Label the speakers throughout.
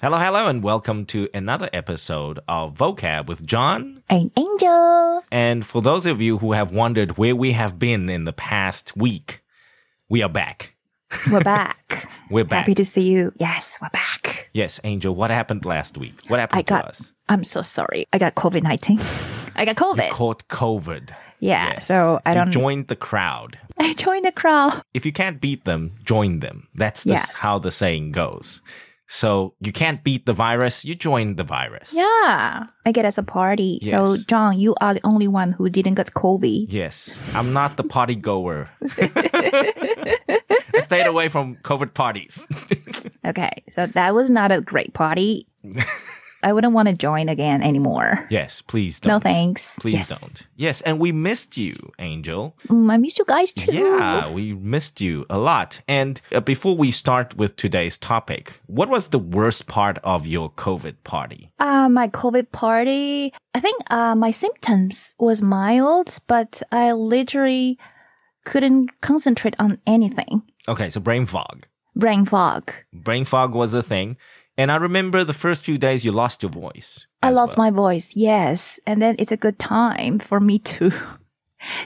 Speaker 1: Hello, hello, and welcome to another episode of Vocab with John.
Speaker 2: An angel.
Speaker 1: And for those of you who have wondered where we have been in the past week, we are back.
Speaker 2: We're back.
Speaker 1: We're back.
Speaker 2: Happy to see you. Yes, we're back.
Speaker 1: yes, Angel, what happened last week? What happened
Speaker 2: I got-
Speaker 1: to us?
Speaker 2: I'm so sorry. I got COVID 19. I got
Speaker 1: You
Speaker 2: COVID.
Speaker 1: caught COVID.
Speaker 2: yeah.
Speaker 1: Yes.
Speaker 2: So I
Speaker 1: You
Speaker 2: don't.
Speaker 1: joined the crowd.
Speaker 2: I joined the crowd.
Speaker 1: If you can't beat them, join them. That's the,
Speaker 2: Yes.
Speaker 1: how the saying goes. So you can't beat the virus, you join the virus.
Speaker 2: Yeah. I get as a party. So,
Speaker 1: Yes.
Speaker 2: John, you are the only one who didn't get COVID.
Speaker 1: Yes, I'm not the party goer. I stayed away from COVID parties.
Speaker 2: Okay. So that was not a great party. I wouldn't want to join again anymore.
Speaker 1: Yes, please don't.
Speaker 2: No thanks.
Speaker 1: Please
Speaker 2: Yes.
Speaker 1: don't. Yes, and we missed you, Angel.
Speaker 2: Mm, I miss you guys too.
Speaker 1: Yeah, we missed you a lot. And uh, before we start with today's topic, what was the worst part of your COVID party?
Speaker 2: Uh, my COVID party, I think uh, my symptoms was mild, but I literally couldn't concentrate on anything.
Speaker 1: Okay, so brain fog.
Speaker 2: Brain fog.
Speaker 1: Brain fog was a thing. And I remember the first few days you lost your voice.
Speaker 2: I lost my voice, yes. And then it's a good time for me to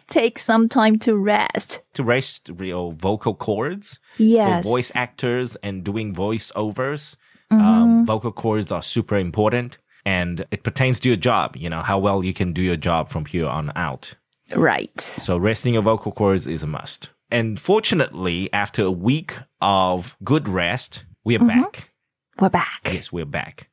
Speaker 2: take some time to rest.
Speaker 1: to raise your vocal cords.
Speaker 2: Yes.
Speaker 1: for voice actors and doing voiceovers, um, vocal cords are super important. And it pertains to your job, you know, how well you can do your job from here on out.
Speaker 2: Right.
Speaker 1: So, resting your vocal cords is a must. And fortunately, after a week of good rest, we're back.
Speaker 2: We're back.
Speaker 1: Yes, we're back.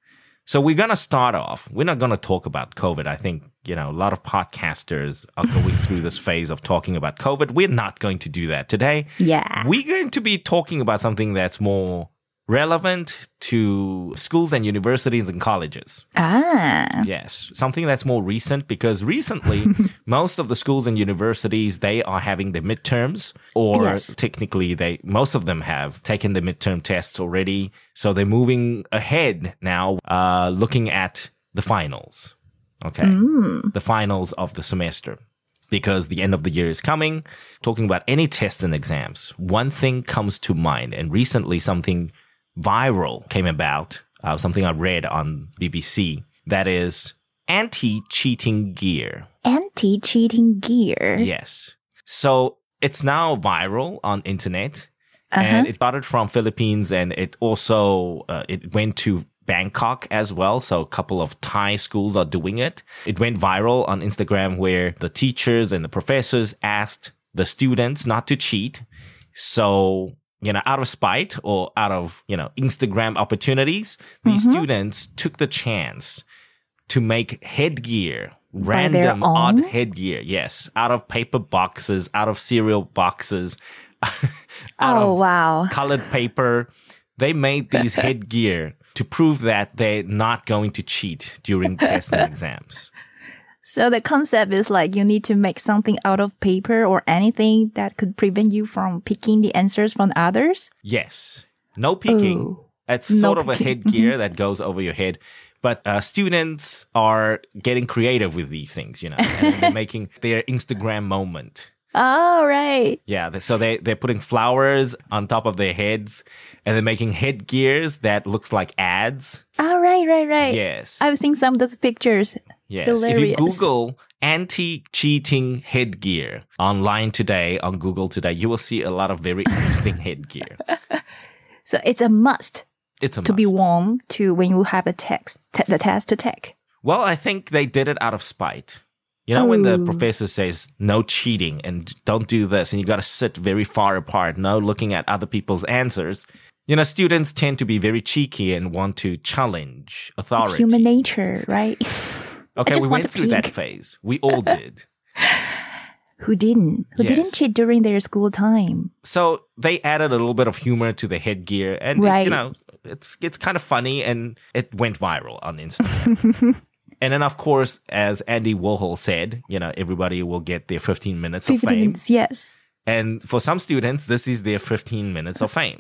Speaker 1: So, we're going to start off. We're not going to talk about COVID. I think, you know, a lot of podcasters are going through this phase of talking about COVID. We're not going to do that today
Speaker 2: Yeah.
Speaker 1: we're going to be talking about something that's more relevant to schools and universities and colleges.
Speaker 2: Ah.
Speaker 1: Yes, something that's more recent because recently most of the schools and universities they are having the midterms or
Speaker 2: Yes.
Speaker 1: technically they most of them have taken the midterm tests already, so they're moving ahead now uh looking at the finals. Okay
Speaker 2: Mm.
Speaker 1: the finals of the semester because the end of the year is coming. Talking about any tests and exams, one thing comes to mind, and recently something viral came about, uh, something I read on BBC that is anti cheating gear.
Speaker 2: Anti cheating gear.
Speaker 1: Yes. So it's now viral on internet
Speaker 2: Uh-huh.
Speaker 1: and it started from Philippines and it also uh, it went to Bangkok as well. So a couple of Thai schools are doing it. It went viral on Instagram where the teachers and the professors asked the students not to cheat. So you know, out of spite or out of you know Instagram opportunities, these
Speaker 2: Mm-hmm.
Speaker 1: students took the chance to make headgear,
Speaker 2: By their
Speaker 1: random odd
Speaker 2: own?
Speaker 1: headgear. Yes, out of paper boxes, out of cereal boxes, out of
Speaker 2: Oh, wow.
Speaker 1: colored paper. They made these headgear to prove that they're not going to cheat during tests and exams.
Speaker 2: So the concept is like you need to make something out of paper or anything that could prevent you from picking the answers from others.
Speaker 1: Yes, no peeking.
Speaker 2: Ooh.
Speaker 1: It's
Speaker 2: No
Speaker 1: sort of a
Speaker 2: peeking. Mm-hmm.
Speaker 1: headgear that goes over your head. But uh, students are getting creative with these things, you know, and they're making their Instagram moment.
Speaker 2: All right.
Speaker 1: Yeah, th- so they they're putting flowers on top of their heads, and they're making headgears that looks like ads.
Speaker 2: All right, right, right.
Speaker 1: Yes,
Speaker 2: I've seen some of those pictures.
Speaker 1: Yes. If
Speaker 2: Hilarious.
Speaker 1: you Google anti cheating headgear online today, on Google today, you will see a lot of very interesting headgear.
Speaker 2: So it's a must
Speaker 1: It's a
Speaker 2: to be
Speaker 1: must.
Speaker 2: worn to when you have a text, te- the test to take.
Speaker 1: Well, I think they did it out of spite. You know, when the
Speaker 2: Oh.
Speaker 1: professor says no cheating and don't do this, and you got to sit very far apart, no looking at other people's answers. You know, students tend to be very cheeky and want to challenge authority.
Speaker 2: It's human nature, right?
Speaker 1: Okay, we
Speaker 2: just want
Speaker 1: went
Speaker 2: to
Speaker 1: through that
Speaker 2: peek.
Speaker 1: phase. We all did.
Speaker 2: Who didn't? Who
Speaker 1: Yes.
Speaker 2: didn't cheat during their school time?
Speaker 1: so they added a little bit of humor to the headgear and it-
Speaker 2: Right.
Speaker 1: you know it's it's kind of funny and it went viral on instagram and then of course as andy warhol said you know everybody will get their 15 minutes of
Speaker 2: 15
Speaker 1: fame
Speaker 2: minutes, yes.
Speaker 1: and for some students this is their 15 minutes of fame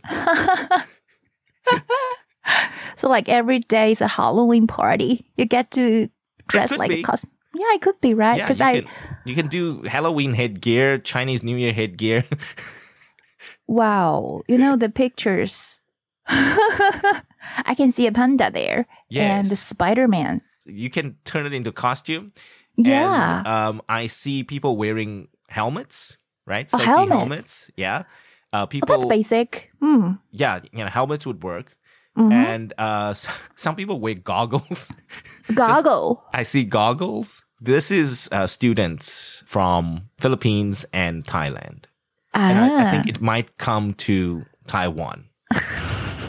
Speaker 2: So like every day is a Halloween party. You get to dress
Speaker 1: could
Speaker 2: like
Speaker 1: be.
Speaker 2: a costume. Yeah, it could be, right?
Speaker 1: yeah you
Speaker 2: Because I,
Speaker 1: can, you can do halloween headgear chinese new year headgear
Speaker 2: wow, you know, the pictures. I I can see a panda there and
Speaker 1: Yes.
Speaker 2: Spider Man.
Speaker 1: You can turn it into costume.
Speaker 2: Yeah.
Speaker 1: And, um, I see people wearing helmets, right?
Speaker 2: Oh,
Speaker 1: Safety
Speaker 2: helmets.
Speaker 1: Yeah. Uh,
Speaker 2: oh,
Speaker 1: people.
Speaker 2: that's basic. Hmm.
Speaker 1: yeah, you know, helmets would work.
Speaker 2: Mhm.
Speaker 1: And uh, s- some people wear goggles.
Speaker 2: Goggle.
Speaker 1: I see goggles. This is uh, students from Philippines and Thailand. And I, I
Speaker 2: ah.
Speaker 1: think it might come to Taiwan.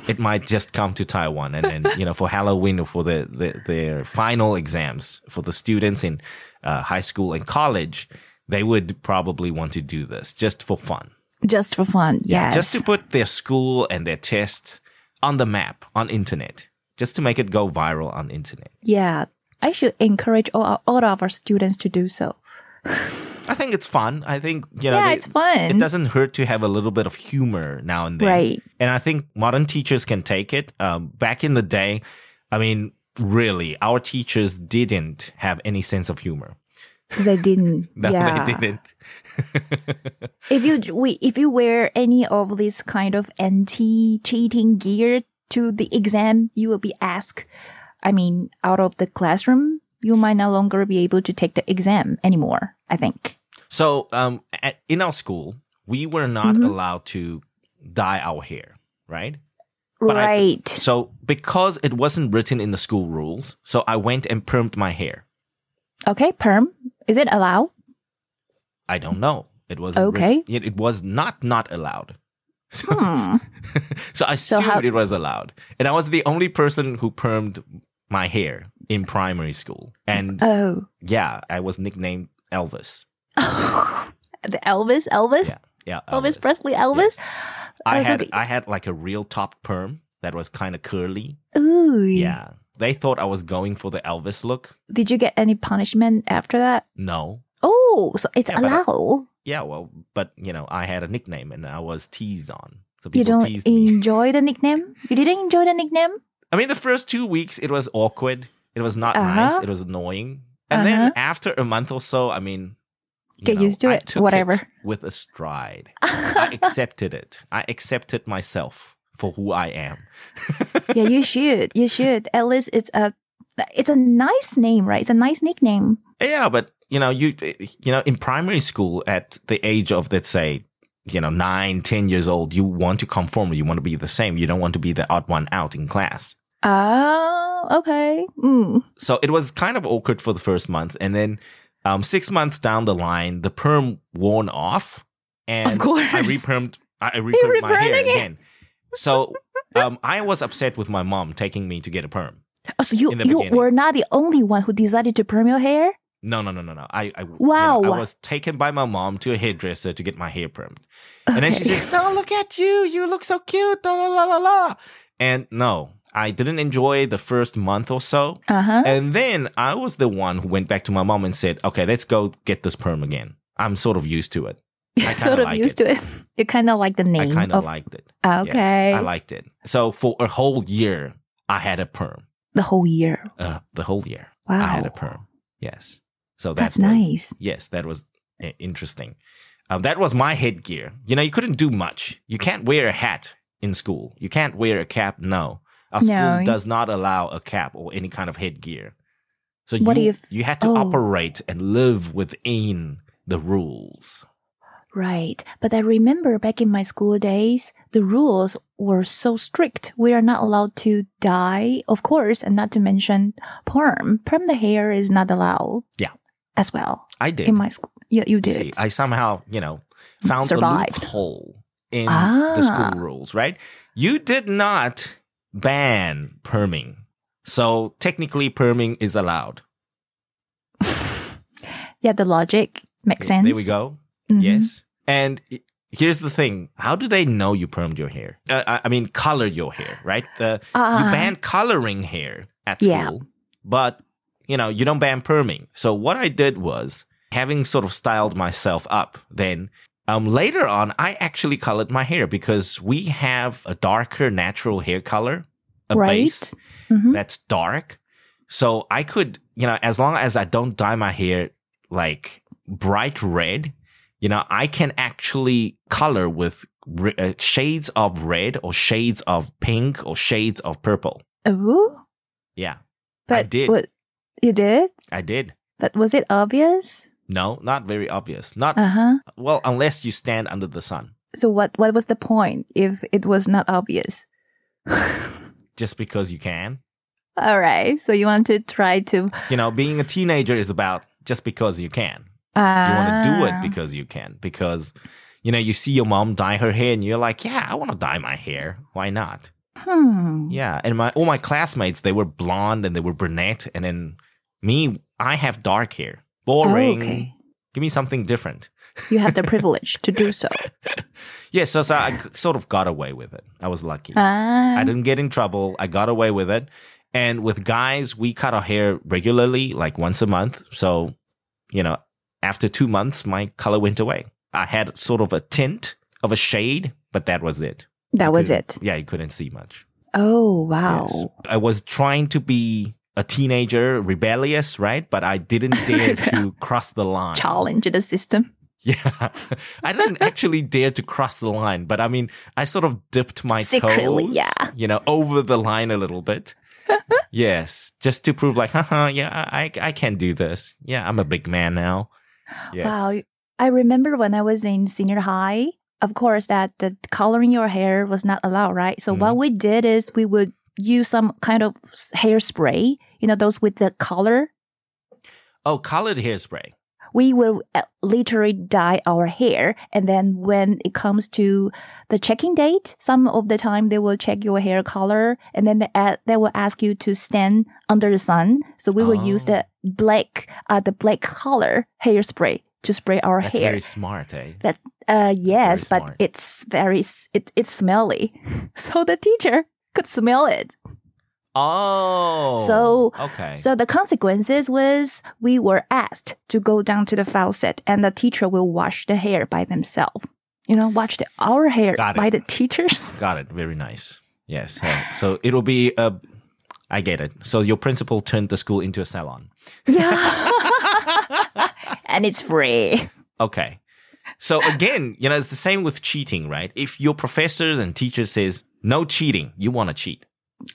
Speaker 1: it might just come to Taiwan, and, and you know, for Halloween or for the, the their final exams for the students in uh, high school and college, they would probably want to do this just for fun,
Speaker 2: just for fun. yes.
Speaker 1: just to put their school and their test on the map on internet, just to make it go viral on internet.
Speaker 2: yeah. I should encourage all, our- all of our students to do so.
Speaker 1: I think it's fun. I think you know,
Speaker 2: yeah,
Speaker 1: they-
Speaker 2: it's fun.
Speaker 1: it doesn't hurt to have a little bit of humor now and then.
Speaker 2: Right.
Speaker 1: And I think modern teachers can take it. Um, back in the day, I mean, really, our teachers didn't have any sense of humor.
Speaker 2: They didn't.
Speaker 1: No,
Speaker 2: yeah.
Speaker 1: they didn't.
Speaker 2: If you we, if you wear any of this kind of anti cheating gear to the exam, you will be asked. I mean, out of the classroom, you might no longer be able to take the exam anymore. I think.
Speaker 1: So, um, at, in our school, we were not
Speaker 2: Mm-hmm.
Speaker 1: allowed to dye our hair, right? But I-
Speaker 2: right.
Speaker 1: So, because it wasn't written in the school rules, so I went and permed my hair.
Speaker 2: okay. Perm. Is it allowed?
Speaker 1: I don't know. It wasn't
Speaker 2: Okay.
Speaker 1: written- It, it was not not allowed. So,
Speaker 2: Hmm.
Speaker 1: So I
Speaker 2: So
Speaker 1: assumed
Speaker 2: how-
Speaker 1: it was allowed. And I was the only person who permed my hair in primary school. And
Speaker 2: Oh.
Speaker 1: yeah, I was nicknamed Elvis.
Speaker 2: the Elvis. Elvis.
Speaker 1: Yeah. Yeah.
Speaker 2: Elvis, Presley. Elvis.
Speaker 1: I
Speaker 2: Oh, so
Speaker 1: had
Speaker 2: the-
Speaker 1: I had like a real top perm that was kind of curly.
Speaker 2: Ooh.
Speaker 1: Yeah. They thought I was going for the Elvis look.
Speaker 2: Did you get any punishment after that?
Speaker 1: No.
Speaker 2: Oh, so it's
Speaker 1: Yeah, but I-
Speaker 2: allowed.
Speaker 1: Yeah, well, but you know, I had a nickname and I was teased on. So
Speaker 2: You
Speaker 1: people
Speaker 2: don't
Speaker 1: teased me.
Speaker 2: enjoy the nickname. You didn't enjoy the nickname.
Speaker 1: I mean, the first two weeks it was awkward. It was not
Speaker 2: Uh-huh.
Speaker 1: nice. It was annoying. And
Speaker 2: Uh-huh.
Speaker 1: then after a month or so, I mean, you
Speaker 2: Get
Speaker 1: know,
Speaker 2: used to
Speaker 1: I
Speaker 2: it.
Speaker 1: took
Speaker 2: Whatever.
Speaker 1: with a stride, I accepted it. I accepted myself for who I am.
Speaker 2: yeah, you should. You should. At least it's a it's a nice name, right? It's a nice nickname.
Speaker 1: Yeah, but you know, you you know, in primary school, at the age of let's say, you know, nine, ten years old, you want to conform. You want to be the same. You don't want to be the odd one out in class.
Speaker 2: Oh, okay. Mm.
Speaker 1: so it was kind of awkward for the first month and then um, six months down the line the perm worn off and
Speaker 2: Of course.
Speaker 1: i repermed i I repermed my
Speaker 2: repermed
Speaker 1: hair
Speaker 2: again.
Speaker 1: again, so um, i was upset with my mom taking me to get a perm
Speaker 2: Oh, so you
Speaker 1: In the
Speaker 2: you
Speaker 1: beginning.
Speaker 2: were not the only one who decided to perm your hair.
Speaker 1: no no no no no i, I you know,
Speaker 2: Wow.
Speaker 1: i was taken by my mom to a hairdresser to get my hair permed and then she
Speaker 2: Okay.
Speaker 1: says no look at you you look so cute la la la la la and no i didn't enjoy the first month or so
Speaker 2: Uh huh.
Speaker 1: And then I was the one who went back to my mom and said, okay, let's go get this perm again. I'm sort of used to it.
Speaker 2: You're
Speaker 1: I
Speaker 2: sort
Speaker 1: kinda
Speaker 2: of
Speaker 1: like
Speaker 2: used to it. You kind of like the
Speaker 1: I
Speaker 2: name
Speaker 1: kind of
Speaker 2: of. Ah,
Speaker 1: liked it. Yes,
Speaker 2: okay.
Speaker 1: I liked it. So for a whole year, I had a perm.
Speaker 2: the whole year.
Speaker 1: Uh, the whole year,
Speaker 2: Wow.
Speaker 1: I had a perm. Yes. So that
Speaker 2: That's
Speaker 1: was-
Speaker 2: nice.
Speaker 1: Yes, that was uh, interesting. Um, that was my headgear. You know, you couldn't do much. You can't wear a hat in school. You can't wear a cap. No, our
Speaker 2: No.
Speaker 1: school does not allow a cap or any kind of headgear. So
Speaker 2: What
Speaker 1: you
Speaker 2: if-
Speaker 1: you had to
Speaker 2: oh.
Speaker 1: operate and live within the rules.
Speaker 2: Right. But I remember back in my school days, the rules were so strict. We are not allowed to dye, of course, and not to mention perm. Perm the hair is not allowed.
Speaker 1: Yeah.
Speaker 2: As well
Speaker 1: I did.
Speaker 2: in my school. Yeah, you
Speaker 1: You
Speaker 2: did.
Speaker 1: see, I somehow you know found
Speaker 2: Survived.
Speaker 1: a loophole in
Speaker 2: Ah.
Speaker 1: the school rules. Right? You did not ban perming, so technically perming is allowed.
Speaker 2: yeah, the logic makes sense.
Speaker 1: There we go.
Speaker 2: Mhm.
Speaker 1: Yes. And i- here's the thing: How do they know you permed your hair? Uh, I- I mean, colored your hair, right? The, you
Speaker 2: Ah,
Speaker 1: ban coloring hair at school,
Speaker 2: Yeah.
Speaker 1: but you know you don't ban perming. So what I did was having sort of styled myself up. Then um, later on, I actually colored my hair because we have a darker natural hair color, a
Speaker 2: Right.
Speaker 1: base
Speaker 2: mhm.
Speaker 1: that's dark. So I could, you know, as long as I don't dye my hair like bright red, you know, I can actually color with re- uh, shades of red or shades of pink or shades of purple.
Speaker 2: Ooh,
Speaker 1: Yeah,
Speaker 2: but
Speaker 1: did.
Speaker 2: What, you did?
Speaker 1: I did.
Speaker 2: But was it obvious?
Speaker 1: No, not very obvious. Not
Speaker 2: Uh huh.
Speaker 1: well, unless you stand under the sun.
Speaker 2: So what? What was the point if it was not obvious?
Speaker 1: Just because you can,
Speaker 2: All right. So you want to try to.
Speaker 1: you know, being a teenager is about just because you can. You
Speaker 2: Uh,
Speaker 1: want to do it because you can. Because, you know, you see your mom dye her hair, and you're like, yeah, I want to dye my hair. Why not?
Speaker 2: Hmm.
Speaker 1: Yeah, and my all my classmates they were blonde and they were brunette, and then me, I have dark hair. Boring.
Speaker 2: Oh, okay.
Speaker 1: Give me something different.
Speaker 2: You have the privilege to do so.
Speaker 1: Yeah, so, so I g- sort of got away with it. I was lucky.
Speaker 2: Ah.
Speaker 1: I didn't get in trouble. I got away with it. And with guys, we cut our hair regularly, like once a month. So, you know, after two months, my color went away. I had sort of a tint of a shade, but that was it.
Speaker 2: that
Speaker 1: You
Speaker 2: was
Speaker 1: couldn't-
Speaker 2: it.
Speaker 1: Yeah, you couldn't see much.
Speaker 2: Oh wow.
Speaker 1: Yes. I was trying to be a teenager, rebellious, right? But I didn't dare to cross the line.
Speaker 2: Challenge the system.
Speaker 1: Yeah. I didn't actually dare to cross the line, but I mean, I sort of dipped my
Speaker 2: Secretly,
Speaker 1: toes,
Speaker 2: yeah.
Speaker 1: you know, over the line a little bit. yes, just to prove like, haha, yeah, I I can do this. Yeah, I'm a big man now. Yes.
Speaker 2: Wow. I remember when I was in senior high. Of course, that the coloring your hair was not allowed, right? So
Speaker 1: Mm-hmm.
Speaker 2: what we did is we would use some kind of s- hairspray. You know those with the color.
Speaker 1: Oh, colored hairspray.
Speaker 2: we will uh, literally dye our hair and then when it comes to the checking date some of the time they will check your hair color and then they, a- they will ask you to stand under the sun so we will use
Speaker 1: Oh.
Speaker 2: the black uh, the black color hairspray to spray our
Speaker 1: That's
Speaker 2: hair
Speaker 1: very smart, eh?
Speaker 2: uh, yes
Speaker 1: very
Speaker 2: but
Speaker 1: smart.
Speaker 2: it's very s- it, it's smelly so the teacher could smell it
Speaker 1: Oh.
Speaker 2: So-
Speaker 1: okay.
Speaker 2: so the consequences was we were asked to go down to the faucet and the teacher will wash the hair by themselves. You know, wash the, our hair
Speaker 1: Got it.
Speaker 2: by the teachers.
Speaker 1: Got it. Very nice. Yes. yeah. So it'll be a. I get it. So your principal turned the school into a salon.
Speaker 2: Yeah. and it's free.
Speaker 1: Okay. So again, you know, it's the same with cheating, right? If your professors and teachers says no cheating, you want to cheat.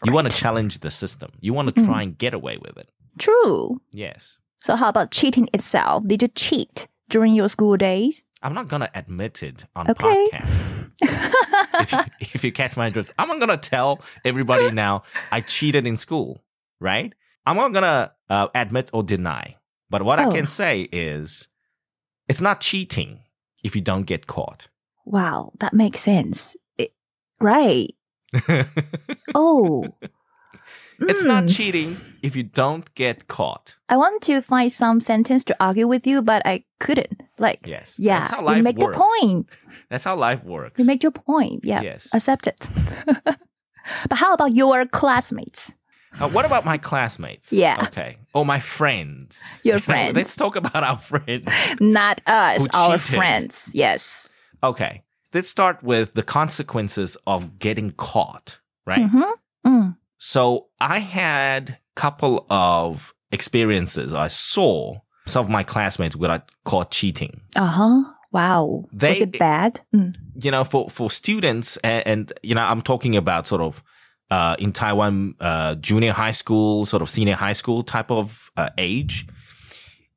Speaker 1: You want to challenge the system. You want
Speaker 2: Mm-hmm.
Speaker 1: to try and get away with it.
Speaker 2: True.
Speaker 1: Yes.
Speaker 2: So how about cheating itself? Did you cheat during your school days?
Speaker 1: I'm not going to admit it on
Speaker 2: Okay.
Speaker 1: podcast. if, you, if you catch my drift, I'm not going to tell everybody now I cheated in school, right? I'm not going to uh, admit or deny. But what
Speaker 2: Oh.
Speaker 1: I can say is it's not cheating if you don't get caught.
Speaker 2: Wow, that makes sense. It- right. Oh.
Speaker 1: It's not
Speaker 2: Mm.
Speaker 1: cheating if you don't get caught.
Speaker 2: I want to find some sentence to argue with you, but I couldn't. Like,
Speaker 1: Yes.
Speaker 2: yeah,
Speaker 1: That's how
Speaker 2: you
Speaker 1: life
Speaker 2: make
Speaker 1: works.
Speaker 2: the point.
Speaker 1: That's how life works.
Speaker 2: You make your point. Yeah.
Speaker 1: Yes.
Speaker 2: Accept it. but how about your classmates?
Speaker 1: Uh, what about my classmates?
Speaker 2: Yeah.
Speaker 1: Okay. Or my friends.
Speaker 2: Your friends.
Speaker 1: Let's talk about our friends.
Speaker 2: Not us,
Speaker 1: Who
Speaker 2: our
Speaker 1: cheated?
Speaker 2: friends. Yes.
Speaker 1: Okay. Let's start with the consequences of getting caught, right?
Speaker 2: Mhm. Mm.
Speaker 1: So I had a couple of experiences. I saw some of my classmates who got caught cheating.
Speaker 2: Uh huh. Wow.
Speaker 1: They-
Speaker 2: Was it bad? Mm.
Speaker 1: You know, for, for students, and, and, you know, I'm talking about sort of uh, in Taiwan, uh, junior high school, sort of senior high school type of uh, age.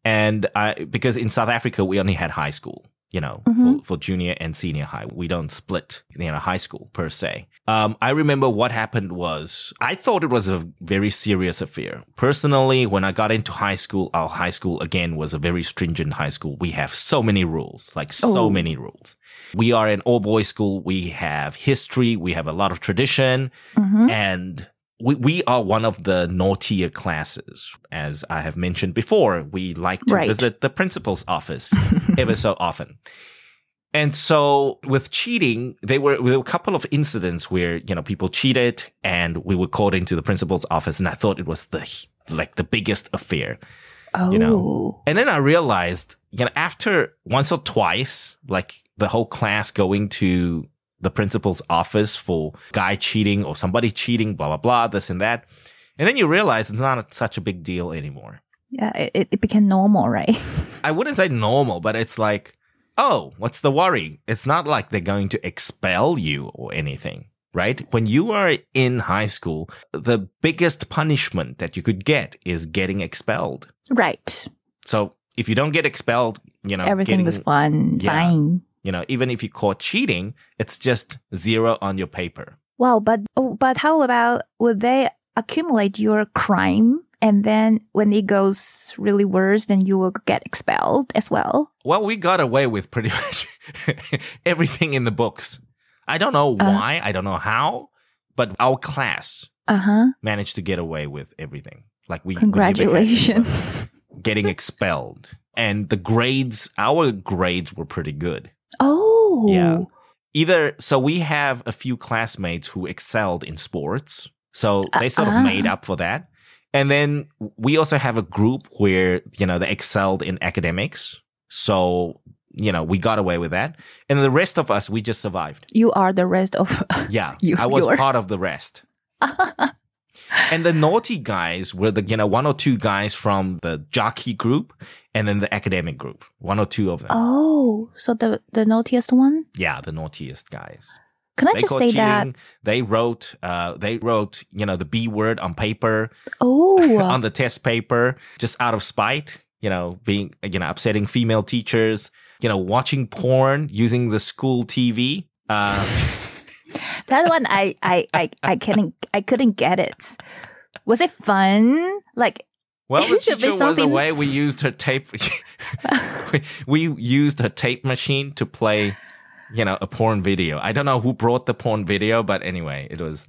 Speaker 1: And I, because in South Africa, we only had high school, you know, for,
Speaker 2: Mhm.
Speaker 1: for junior and senior high. We don't split, you know, high school per se. Um, I remember what happened was I thought it was a very serious affair. Personally, when I got into high school, our high school again was a very stringent high school. We have so many rules, like so
Speaker 2: Oh.
Speaker 1: many rules. We are an all boys school. We have history. We have a lot of tradition
Speaker 2: Mhm.
Speaker 1: and we, we are one of the naughtier classes. As I have mentioned before, we like to
Speaker 2: Right.
Speaker 1: visit the principal's office ever so often. And so with cheating, they were, there were a couple of incidents where, you know, people cheated and we were called into the principal's office. And I thought it was the, like the biggest affair.
Speaker 2: Oh.
Speaker 1: you And then I realized, you know, after once or twice, like the whole class going to the principal's office for guy cheating or somebody cheating, blah, blah, blah, this and that. And then you realize it's not such a big deal anymore.
Speaker 2: Yeah, it- it, it became normal, right?
Speaker 1: I wouldn't say normal, but it's like, oh, what's the worry? It's not like they're going to expel you or anything. right? When you are in high school, the biggest punishment that you could get is getting expelled.
Speaker 2: Right.
Speaker 1: So if you don't get expelled, you know,
Speaker 2: Everything
Speaker 1: getting-
Speaker 2: was fun,
Speaker 1: Yeah.
Speaker 2: fine.
Speaker 1: You know, even if you caught cheating, it's just zero on your paper.
Speaker 2: Well, but oh, but how about would they accumulate your crime and then when it goes really worse, then you will get expelled as well?
Speaker 1: Well, we got away with pretty much everything in the books. I don't know
Speaker 2: Uh.
Speaker 1: why, I don't know how, but our class
Speaker 2: Uh huh.
Speaker 1: managed to get away with everything. Like we we never had to worry
Speaker 2: Congratulations.
Speaker 1: about getting expelled, and the grades, our grades were pretty good.
Speaker 2: oh.
Speaker 1: Yeah. Either so we have a few classmates who excelled in sports, so they sort of
Speaker 2: ah.
Speaker 1: made up for that. And then we also have a group where you know they excelled in academics, so you know we got away with that. And the rest of us, we just survived.
Speaker 2: You are the rest of.
Speaker 1: Yeah,
Speaker 2: You-
Speaker 1: I was
Speaker 2: you're-
Speaker 1: part of the rest. And the naughty guys were the you know one or two guys from the jockey group, and then the academic group, one or two of them.
Speaker 2: oh, so the the naughtiest one?
Speaker 1: Yeah, the naughtiest guys.
Speaker 2: Can I
Speaker 1: they
Speaker 2: just
Speaker 1: caught
Speaker 2: say
Speaker 1: cheating.
Speaker 2: that?
Speaker 1: They wrote, uh, they wrote, you know, the B word on paper,
Speaker 2: Oh,
Speaker 1: on the test paper, just out of spite. You know, being, you know, upsetting female teachers. You know, watching porn using the school TV. Uh,
Speaker 2: that one I I I I couldn't I couldn't get it. Was it fun? Like
Speaker 1: well, the
Speaker 2: It should
Speaker 1: teacher
Speaker 2: be
Speaker 1: was
Speaker 2: something-
Speaker 1: away. We used her tape. we used her tape machine to play, you know, a porn video. I don't know who brought the porn video, but anyway, it was.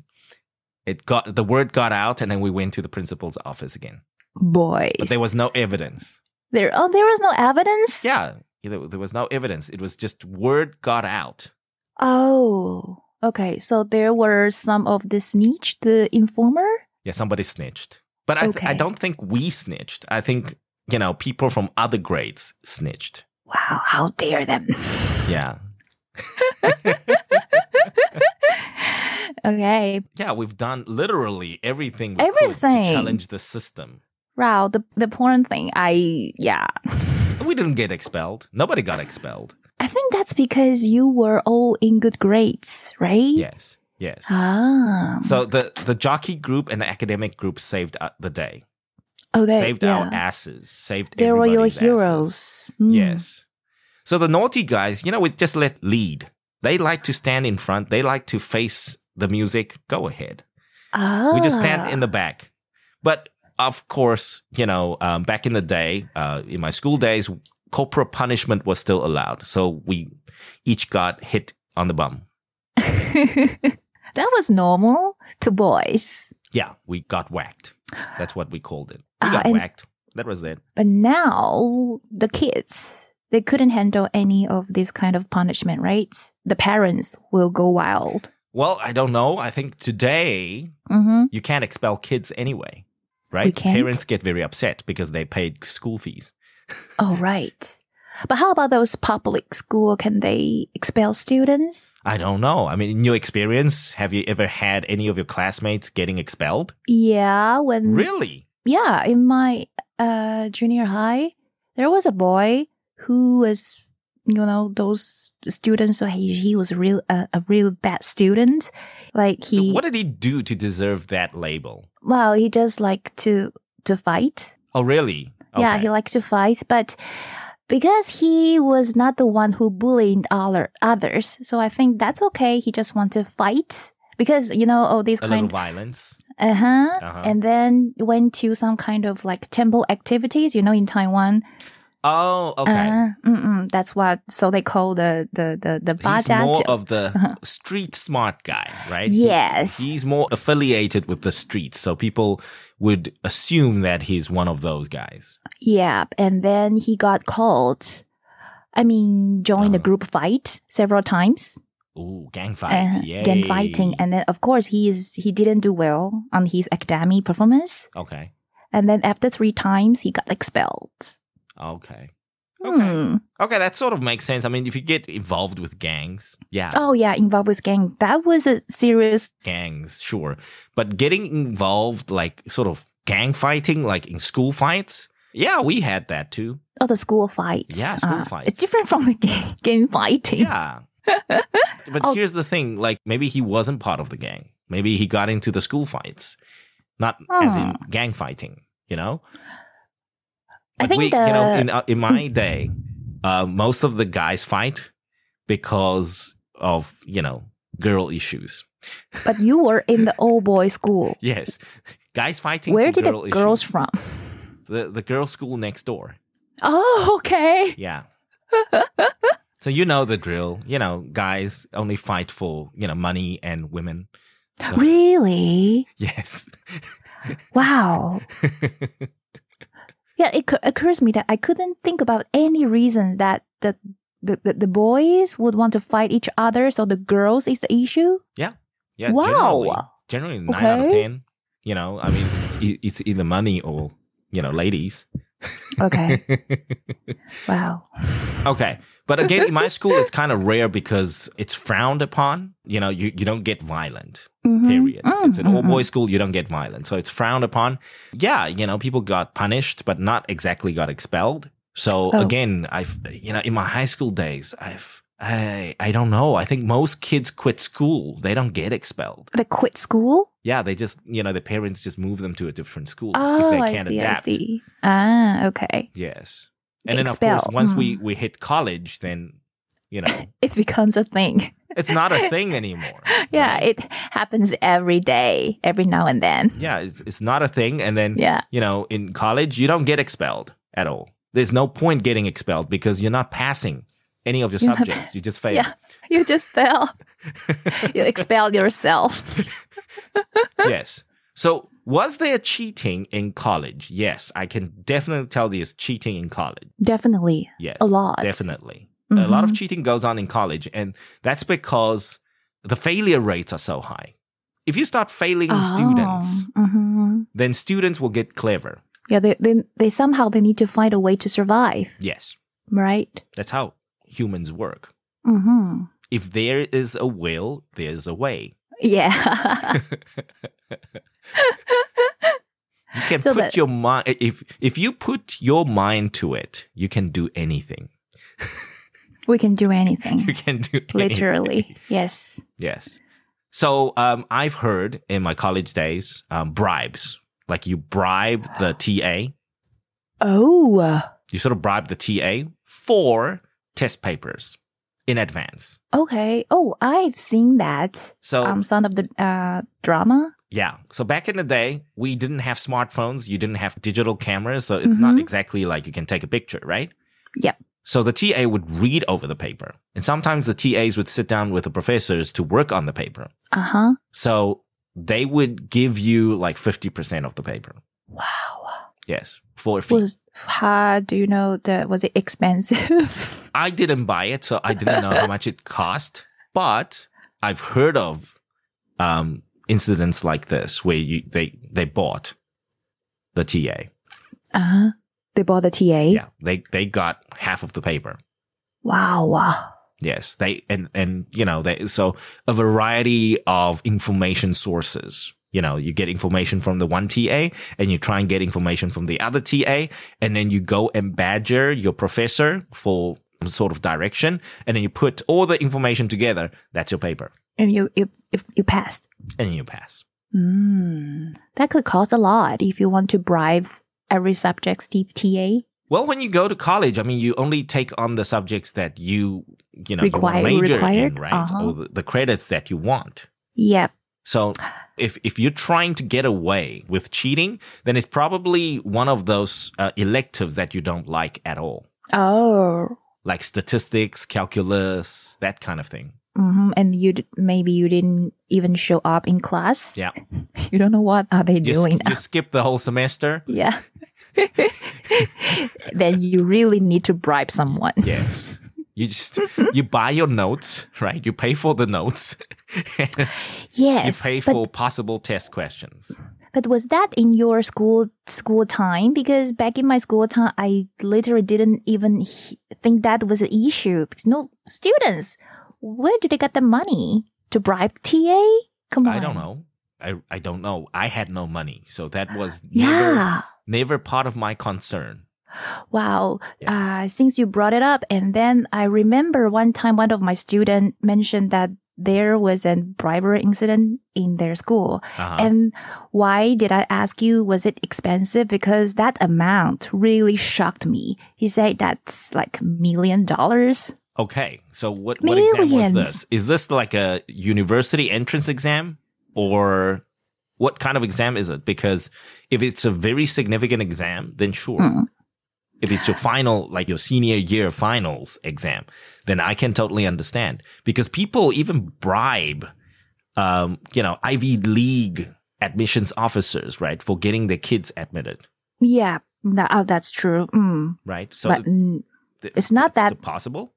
Speaker 1: It got the word got out, and then we went to the principal's office again.
Speaker 2: boys.
Speaker 1: But there was no evidence.
Speaker 2: there. Oh, there was no evidence.
Speaker 1: Yeah, there, there was no evidence. It was just word got out.
Speaker 2: Oh, okay. So there were some of the snitch, the informer.
Speaker 1: Yeah, somebody snitched. But I, I
Speaker 2: Okay.
Speaker 1: don't think we snitched. I think, you know, people from other grades snitched.
Speaker 2: Wow, how dare them!
Speaker 1: Yeah.
Speaker 2: okay,
Speaker 1: Yeah, we've done literally everything we could
Speaker 2: Everything.
Speaker 1: to challenge the system.
Speaker 2: wow. The the porn thing. I yeah.
Speaker 1: We didn't get expelled. Nobody got expelled.
Speaker 2: I think that's because you were all in good grades, right?
Speaker 1: Yes. Yes.
Speaker 2: Ah.
Speaker 1: So the, the jockey group and the academic group saved uh, the day.
Speaker 2: oh, they,
Speaker 1: saved
Speaker 2: yeah.
Speaker 1: our asses. Saved
Speaker 2: They were your
Speaker 1: everybody's asses.
Speaker 2: heroes. Mm.
Speaker 1: Yes. So the naughty guys, you know, we just let lead. They like to stand in front. They like to face the music. Go ahead.
Speaker 2: Ah.
Speaker 1: We just stand in the back. But of course, you know, um, back in the day, uh, in my school days, corporal punishment was still allowed. So we each got hit on the bum.
Speaker 2: Ah. that was normal to boys.
Speaker 1: Yeah, we got whacked. That's what we called it. We
Speaker 2: Ah,
Speaker 1: got
Speaker 2: and-
Speaker 1: whacked. That was it.
Speaker 2: But now the kids, they couldn't handle any of this kind of punishment, right? The parents will go wild.
Speaker 1: Well, I don't know. I think today
Speaker 2: Mm-hmm.
Speaker 1: you can't expel kids anyway, right?
Speaker 2: can't?
Speaker 1: Parents get very upset because they paid school fees.
Speaker 2: Oh, right. But how about those public school? Can they expel students?
Speaker 1: I don't know. I mean, in your experience, have you ever had any of your classmates getting expelled?
Speaker 2: Yeah, when
Speaker 1: Really?
Speaker 2: yeah, in my uh, junior high, there was a boy who was, you know, those students. So he he was real uh, a real bad student. Like he,
Speaker 1: what did he do to deserve that label?
Speaker 2: well, he just liked to to fight.
Speaker 1: Oh, really?
Speaker 2: Yeah,
Speaker 1: Okay.
Speaker 2: he liked to fight, but because he was not the one who bullied other others, so I think that's okay. He just want to fight because you know all these
Speaker 1: a
Speaker 2: kind
Speaker 1: little violence.
Speaker 2: Uh-huh.
Speaker 1: Uh-huh.
Speaker 2: And then went to some kind of like temple activities, you know, in Taiwan.
Speaker 1: Oh, okay.
Speaker 2: Uh, mm-mm, that's what, so they call the, the, the, the
Speaker 1: He's
Speaker 2: bajiang
Speaker 1: more
Speaker 2: jiu-
Speaker 1: of the street smart guy, right? He-
Speaker 2: Uh-huh. Yes.
Speaker 1: he's more affiliated with the streets, so people would assume that he's one of those guys.
Speaker 2: yeah. And then he got called. I mean, joined a
Speaker 1: Uh-huh.
Speaker 2: group fight several times,
Speaker 1: Ooh, gang fight.
Speaker 2: uh, gang fighting.
Speaker 1: Yay.
Speaker 2: And then, of course, he is, he didn't do well on his academic performance.
Speaker 1: Okay.
Speaker 2: And then after three times, he got expelled.
Speaker 1: Okay.
Speaker 2: Hmm.
Speaker 1: Okay, that sort of makes sense. I mean, if you get involved with gangs, yeah,
Speaker 2: Oh, yeah. Involved with gang. That was a serious
Speaker 1: gangs, sure. But getting involved, like sort of gang fighting, like in school fights, yeah, we had that too.
Speaker 2: Oh, the school fights.
Speaker 1: Yeah, school
Speaker 2: Uh,
Speaker 1: fights.
Speaker 2: It's different from the game, game fighting.
Speaker 1: Yeah. But
Speaker 2: Oh.
Speaker 1: here's the thing: like maybe he wasn't part of the gang. Maybe he got into the school fights, not as
Speaker 2: Ah.
Speaker 1: in gang fighting. You know.
Speaker 2: I
Speaker 1: But
Speaker 2: think
Speaker 1: we,
Speaker 2: the
Speaker 1: you know in uh, in my day, uh, most of the guys fight because of you know girl issues.
Speaker 2: but you were in the old boy school.
Speaker 1: Yes, guys fighting.
Speaker 2: Where
Speaker 1: for
Speaker 2: did
Speaker 1: girl
Speaker 2: the girls
Speaker 1: issues.
Speaker 2: from?
Speaker 1: The the girls' school next door.
Speaker 2: Oh, okay.
Speaker 1: Yeah. so you know the drill. You know, guys only fight for you know money and women. So-
Speaker 2: Really?
Speaker 1: Yes.
Speaker 2: Wow. Yeah, it occur- occurs me that I couldn't think about any reasons that the, the the the boys would want to fight each other, so the girls is the issue.
Speaker 1: yeah.
Speaker 2: wow.
Speaker 1: Generally, generally nine out of
Speaker 2: Okay.
Speaker 1: ten. You know, I mean, it's, e- it's either money or you know, ladies.
Speaker 2: Okay. wow.
Speaker 1: okay. But again, in my school, it's kind of rare because it's frowned upon. You know, you, you don't get violent.
Speaker 2: Mhm.
Speaker 1: period.
Speaker 2: Mm,
Speaker 1: It's an
Speaker 2: mm,
Speaker 1: all
Speaker 2: mm.
Speaker 1: boys school, you don't get violent. So it's frowned upon. Yeah, you know, people got punished, but not exactly got expelled. So
Speaker 2: Oh.
Speaker 1: again, I've, you know, in my high school days, I've, I, I don't know. I think most kids quit school. They don't get expelled.
Speaker 2: They quit school.
Speaker 1: Yeah, they just, you know, the parents just move them to a different school
Speaker 2: Oh,
Speaker 1: if they
Speaker 2: I
Speaker 1: can't
Speaker 2: see.
Speaker 1: adapt.
Speaker 2: I see. Ah, okay.
Speaker 1: Yes.
Speaker 2: Get
Speaker 1: And then, of
Speaker 2: expelled.
Speaker 1: course, once we,
Speaker 2: Mm.
Speaker 1: we hit college, then, you know,
Speaker 2: It becomes a thing.
Speaker 1: it's not a thing anymore.
Speaker 2: Yeah,
Speaker 1: right?
Speaker 2: it happens every day, every now and then.
Speaker 1: yeah, it's, it's not a thing. And then,
Speaker 2: Yeah.
Speaker 1: you know, in college, you don't get expelled at all. There's no point getting expelled because you're not passing any of your
Speaker 2: You're not
Speaker 1: subjects. You just fail.
Speaker 2: Yeah. You just fell. you expel yourself.
Speaker 1: yes. So, was there cheating in college? Yes, I can definitely tell there's cheating in college.
Speaker 2: Definitely.
Speaker 1: Yes.
Speaker 2: A lot.
Speaker 1: Definitely. A lot of
Speaker 2: Mhm.
Speaker 1: cheating goes on in college, and that's because the failure rates are so high. If you start failing students,
Speaker 2: Oh, mhm.
Speaker 1: then students will get clever.
Speaker 2: Yeah, they, they they somehow they need to find a way to survive,
Speaker 1: Yes.
Speaker 2: right?
Speaker 1: That's how humans work.
Speaker 2: Mm-hmm.
Speaker 1: if there is a will, there's a way.
Speaker 2: Yeah.
Speaker 1: You can
Speaker 2: So
Speaker 1: put
Speaker 2: that-
Speaker 1: your mind if if you put your mind to it, you can do anything.
Speaker 2: we can do
Speaker 1: You
Speaker 2: anything.
Speaker 1: can do anything.
Speaker 2: Literally. Yes.
Speaker 1: Yes. So um, I've heard in my college days um, bribes, like you bribe the TA,
Speaker 2: Oh. uh,
Speaker 1: you sort of bribe the TA for test papers in advance.
Speaker 2: Okay. Oh, I've seen that.
Speaker 1: So
Speaker 2: Um, son of the uh drama.
Speaker 1: Yeah. So back in the day, we didn't have smartphones. You didn't have digital cameras. So it's not
Speaker 2: Mhm.
Speaker 1: exactly like you can take a picture, right?
Speaker 2: Yep.
Speaker 1: So the TA would read over the paper. And sometimes the TAs would sit down with the professors to work on the paper.
Speaker 2: Uh huh.
Speaker 1: So they would give you like 50% of the paper.
Speaker 2: Wow.
Speaker 1: Yes. For a fee.
Speaker 2: Was how do you know that? Was it expensive?
Speaker 1: I didn't buy it. So I didn't know how much it cost. But I've heard of um, incidents like this where you, they, they bought the TA.
Speaker 2: uh huh. They bought the TA.
Speaker 1: Yeah, they they got half of the paper.
Speaker 2: Wow. Wow.
Speaker 1: Yes, they and and you know they so a variety of information sources. You know, you get information from the one TA and you try and get information from the other TA, and then you go and badger your professor for some sort of direction, and then you put all the information together. That's your paper,
Speaker 2: And you you if you passed.
Speaker 1: and you pass.
Speaker 2: Mm, that could cost a lot if you want to bribe every subject's T- TA.
Speaker 1: Well, when you go to college, I mean, you only take on the subjects that you you know
Speaker 2: Require-
Speaker 1: you major in,
Speaker 2: required?
Speaker 1: right,
Speaker 2: Uh-huh.
Speaker 1: or the, the credits that you want.
Speaker 2: Yep.
Speaker 1: So if if you're trying to get away with cheating, then it's probably one of those uh, electives that you don't like at all,
Speaker 2: Oh.
Speaker 1: like statistics, calculus, that kind of thing.
Speaker 2: hmm And you d- maybe you didn't even show up in class.
Speaker 1: Yeah,
Speaker 2: You don't know what are they
Speaker 1: you,
Speaker 2: doing.
Speaker 1: sk- you skip the whole semester.
Speaker 2: yeah. then you really need to bribe someone.
Speaker 1: Yes. You just you buy your notes, right? You pay for the notes. you
Speaker 2: Yes.
Speaker 1: pay
Speaker 2: but
Speaker 1: for possible test questions.
Speaker 2: But was that in your school school time? Because back in my school time, I literally didn't even he- think that was an issue. Because no students, where do they get the money to bribe TA? Come on,
Speaker 1: I don't know. I, I don't know. I had no money, so that was never
Speaker 2: Yeah,
Speaker 1: never part of my concern.
Speaker 2: Wow. Uh, since you brought it up, and then I remember one time one of my student mentioned that there was a bribery incident in their school.
Speaker 1: Uh-huh.
Speaker 2: And why did I ask you, was it expensive? Because that amount really shocked me. He said that's like million dollars.
Speaker 1: okay. So what, what exam was
Speaker 2: Millions.
Speaker 1: this? Is this like a university entrance exam or what kind of exam is it? Because if it's a very significant exam, then sure.
Speaker 2: Mm.
Speaker 1: If it's your final, like your senior year finals exam, then I can totally understand because people even bribe, um, you know, Ivy League admissions officers, right, for getting their kids admitted,
Speaker 2: Yeah, that, oh, that's true. Mm.
Speaker 1: right? So
Speaker 2: but mm,
Speaker 1: th-
Speaker 2: it's not
Speaker 1: that's
Speaker 2: that-
Speaker 1: possible.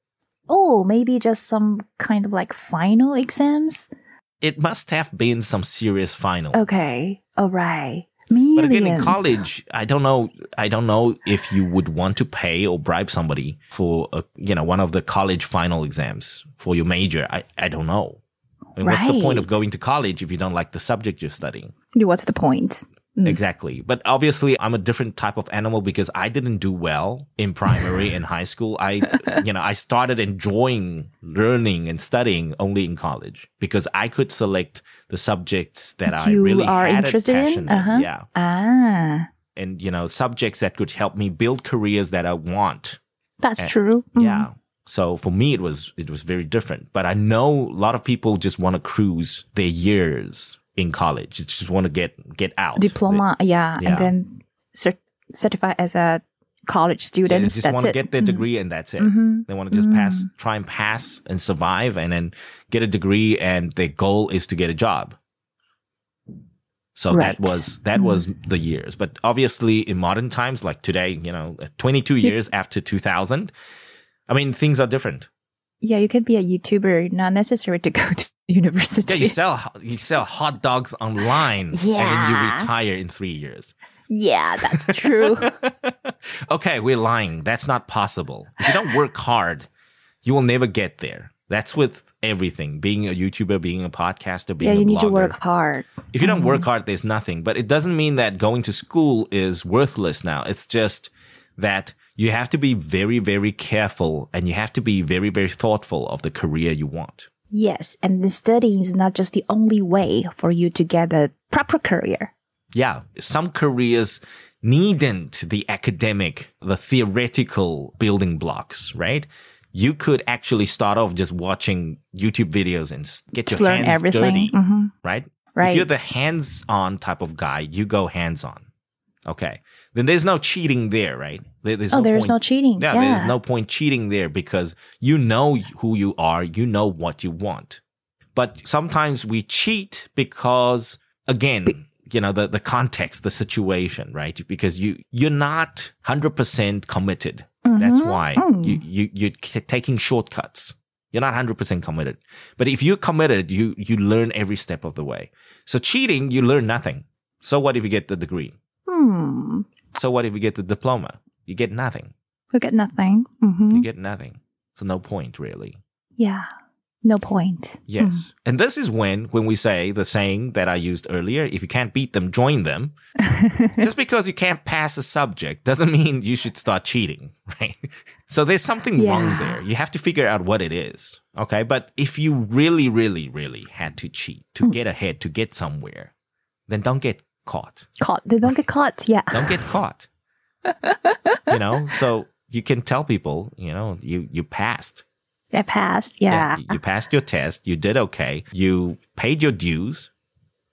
Speaker 2: oh, maybe just some kind of like final exams.
Speaker 1: It must have been some serious finals.
Speaker 2: Okay, all right. Million.
Speaker 1: But again, in college, I don't know. I don't know if you would want to pay or bribe somebody for a, you know one of the college final exams for your major. I I don't know. I mean, What's the point of
Speaker 2: Right.
Speaker 1: going to college if you don't like the subject you're studying?
Speaker 2: What's the point? Mm.
Speaker 1: Exactly. But obviously, I'm a different type of animal because I didn't do well in primary and high school. I, you know, I started enjoying learning and studying only in college because I could select the subjects that I
Speaker 2: You
Speaker 1: really
Speaker 2: are
Speaker 1: had a
Speaker 2: interested in?
Speaker 1: passion
Speaker 2: Uh-huh.
Speaker 1: Yeah
Speaker 2: Ah,
Speaker 1: and you know subjects that could help me build careers that I want.
Speaker 2: that's true. Mm.
Speaker 1: Eh, Yeah. So for me, it was it was very different. But I know a lot of people just want to cruise their years in college. They just want to get get out
Speaker 2: diploma. yeah,
Speaker 1: yeah.
Speaker 2: and then cert- certify as a college
Speaker 1: They,
Speaker 2: student.
Speaker 1: they just
Speaker 2: that's
Speaker 1: want to
Speaker 2: it. Mm-hmm.
Speaker 1: get their degree and that's it.
Speaker 2: Mhm.
Speaker 1: They want to just pass, try and pass and survive, and then get a degree. And their goal is to get a job. So
Speaker 2: Right. Mm-hmm.
Speaker 1: that was that was the years. But obviously, in modern times, like today, you know, 22
Speaker 2: Yeah.
Speaker 1: years after 2000, I mean, things are different.
Speaker 2: Yeah, you can be a YouTuber, not necessary to go to university.
Speaker 1: Yeah, you sell you sell hot dogs online, and then you
Speaker 2: Yeah.
Speaker 1: retire in three years.
Speaker 2: Yeah, that's true.
Speaker 1: okay, we're lying. That's not possible. If you don't work hard, you will never get there. That's with everything: being a YouTuber, being a podcaster, being
Speaker 2: yeah,
Speaker 1: a
Speaker 2: you need to
Speaker 1: blogger.
Speaker 2: work Mm-hmm. hard.
Speaker 1: If you don't work hard, there's nothing. But it doesn't mean that going to school is worthless now. It's just that you have to be very, very careful and you have to be very, very thoughtful of the career you want.
Speaker 2: Yes, and the studying is not just the only way for you to get a proper career.
Speaker 1: Yeah, some careers needn't the academic, the theoretical building blocks, right? You could actually start off just watching YouTube videos and s- get your
Speaker 2: to learn
Speaker 1: hands
Speaker 2: everything.
Speaker 1: dirty,
Speaker 2: Mhm.
Speaker 1: right?
Speaker 2: Right.
Speaker 1: If you're the hands on type of guy, you go hands on. Okay. Then there's no cheating there, right? There- there's
Speaker 2: oh,
Speaker 1: no
Speaker 2: there's
Speaker 1: point.
Speaker 2: no cheating.
Speaker 1: Yeah,
Speaker 2: Yeah,
Speaker 1: there's no point cheating there because you know who you are, you know what you want. But sometimes we cheat because again, you know, the, the context, the situation, right? Because you you're not 100% committed. That's
Speaker 2: Mhm.
Speaker 1: why
Speaker 2: Mm.
Speaker 1: you you you're t- taking shortcuts. You're not 100% committed. But if you're committed, you you learn every step of the way. So cheating, you learn nothing. So what if you get the degree?
Speaker 2: Hmm.
Speaker 1: So what if you get the diploma? You get nothing
Speaker 2: You get nothing. Mhm.
Speaker 1: you get nothing. So no point really.
Speaker 2: Yeah. No point. Mm.
Speaker 1: Yes. And this is when when we say the saying that I used earlier, if you can't beat them, join them. Just because you can't pass a subject doesn't mean you should start cheating, right? So there's something wrong
Speaker 2: Yeah.
Speaker 1: there. You have to figure out what it is. Okay? But if you really really really had to cheat to get ahead, to get somewhere, then don't get caught.
Speaker 2: Caught. They don't get caught. Yeah.
Speaker 1: Don't get caught. you know? So you can tell people, you know, you you passed.
Speaker 2: They passed. Yeah.
Speaker 1: You passed your test. You did okay. You paid your dues.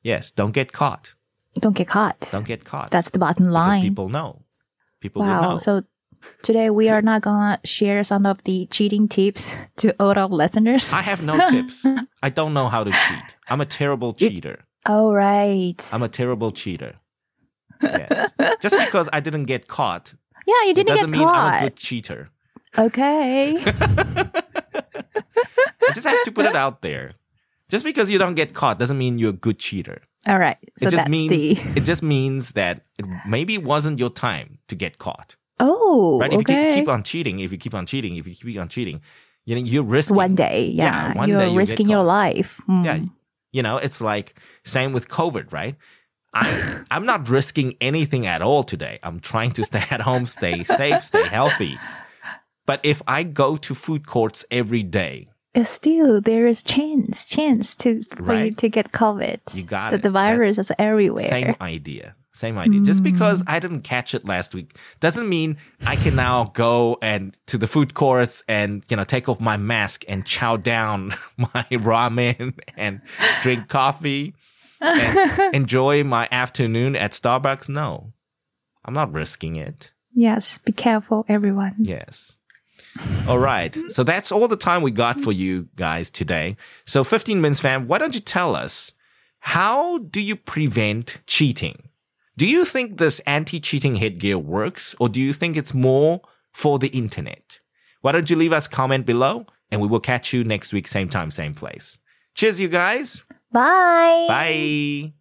Speaker 1: Yes. Don't get caught.
Speaker 2: Don't get caught.
Speaker 1: Don't get caught.
Speaker 2: That's the bottom
Speaker 1: because
Speaker 2: line.
Speaker 1: people know. People will
Speaker 2: Wow.
Speaker 1: know.
Speaker 2: So today we are not gonna share some of the cheating tips to all our listeners.
Speaker 1: I have no tips. I don't know how to cheat. I'm a terrible cheater.
Speaker 2: All right.
Speaker 1: I'm a terrible cheater. Yes. Just because I didn't get caught
Speaker 2: yeah, you
Speaker 1: it
Speaker 2: didn't
Speaker 1: doesn't
Speaker 2: get
Speaker 1: mean I'm a
Speaker 2: caught.
Speaker 1: good cheater.
Speaker 2: Okay.
Speaker 1: I just have to put it out there. Just because you don't get caught doesn't mean you're a good cheater.
Speaker 2: all right. So
Speaker 1: it just
Speaker 2: that's
Speaker 1: mean-
Speaker 2: the
Speaker 1: it just means that it maybe wasn't your time to get caught.
Speaker 2: oh
Speaker 1: right? If
Speaker 2: okay.
Speaker 1: you keep, keep on cheating, if you keep on cheating, if you keep on cheating, you know you're risking.
Speaker 2: one day, yeah,
Speaker 1: Yeah, one
Speaker 2: you're
Speaker 1: day you get
Speaker 2: risking your
Speaker 1: caught.
Speaker 2: life. Mm.
Speaker 1: yeah, you know it's like same with COVID, right? I, I'm not risking anything at all today. I'm trying to stay at home, stay safe, stay healthy. But if I go to food courts every day,
Speaker 2: Uh, Still, there is chance, chance to for you
Speaker 1: Right.
Speaker 2: to get COVID.
Speaker 1: You got
Speaker 2: that
Speaker 1: it.
Speaker 2: the
Speaker 1: That-
Speaker 2: virus is everywhere.
Speaker 1: same idea. Same idea. Just because I didn't catch it last week doesn't mean I can now go and to the food courts and you know take off my mask and chow down my ramen and drink coffee and enjoy my afternoon at Starbucks. No. I'm not risking it.
Speaker 2: Yes, be careful, everyone.
Speaker 1: Yes. All right. So that's all the time we got for you guys today. So 15 minutes fam, why don't you tell us how do you prevent cheating? Do you think this anti-cheating headgear works or do you think it's more for the internet? Why don't you leave us comment below and we will catch you next week same time same place. Cheers you guys.
Speaker 2: Bye.
Speaker 1: Bye.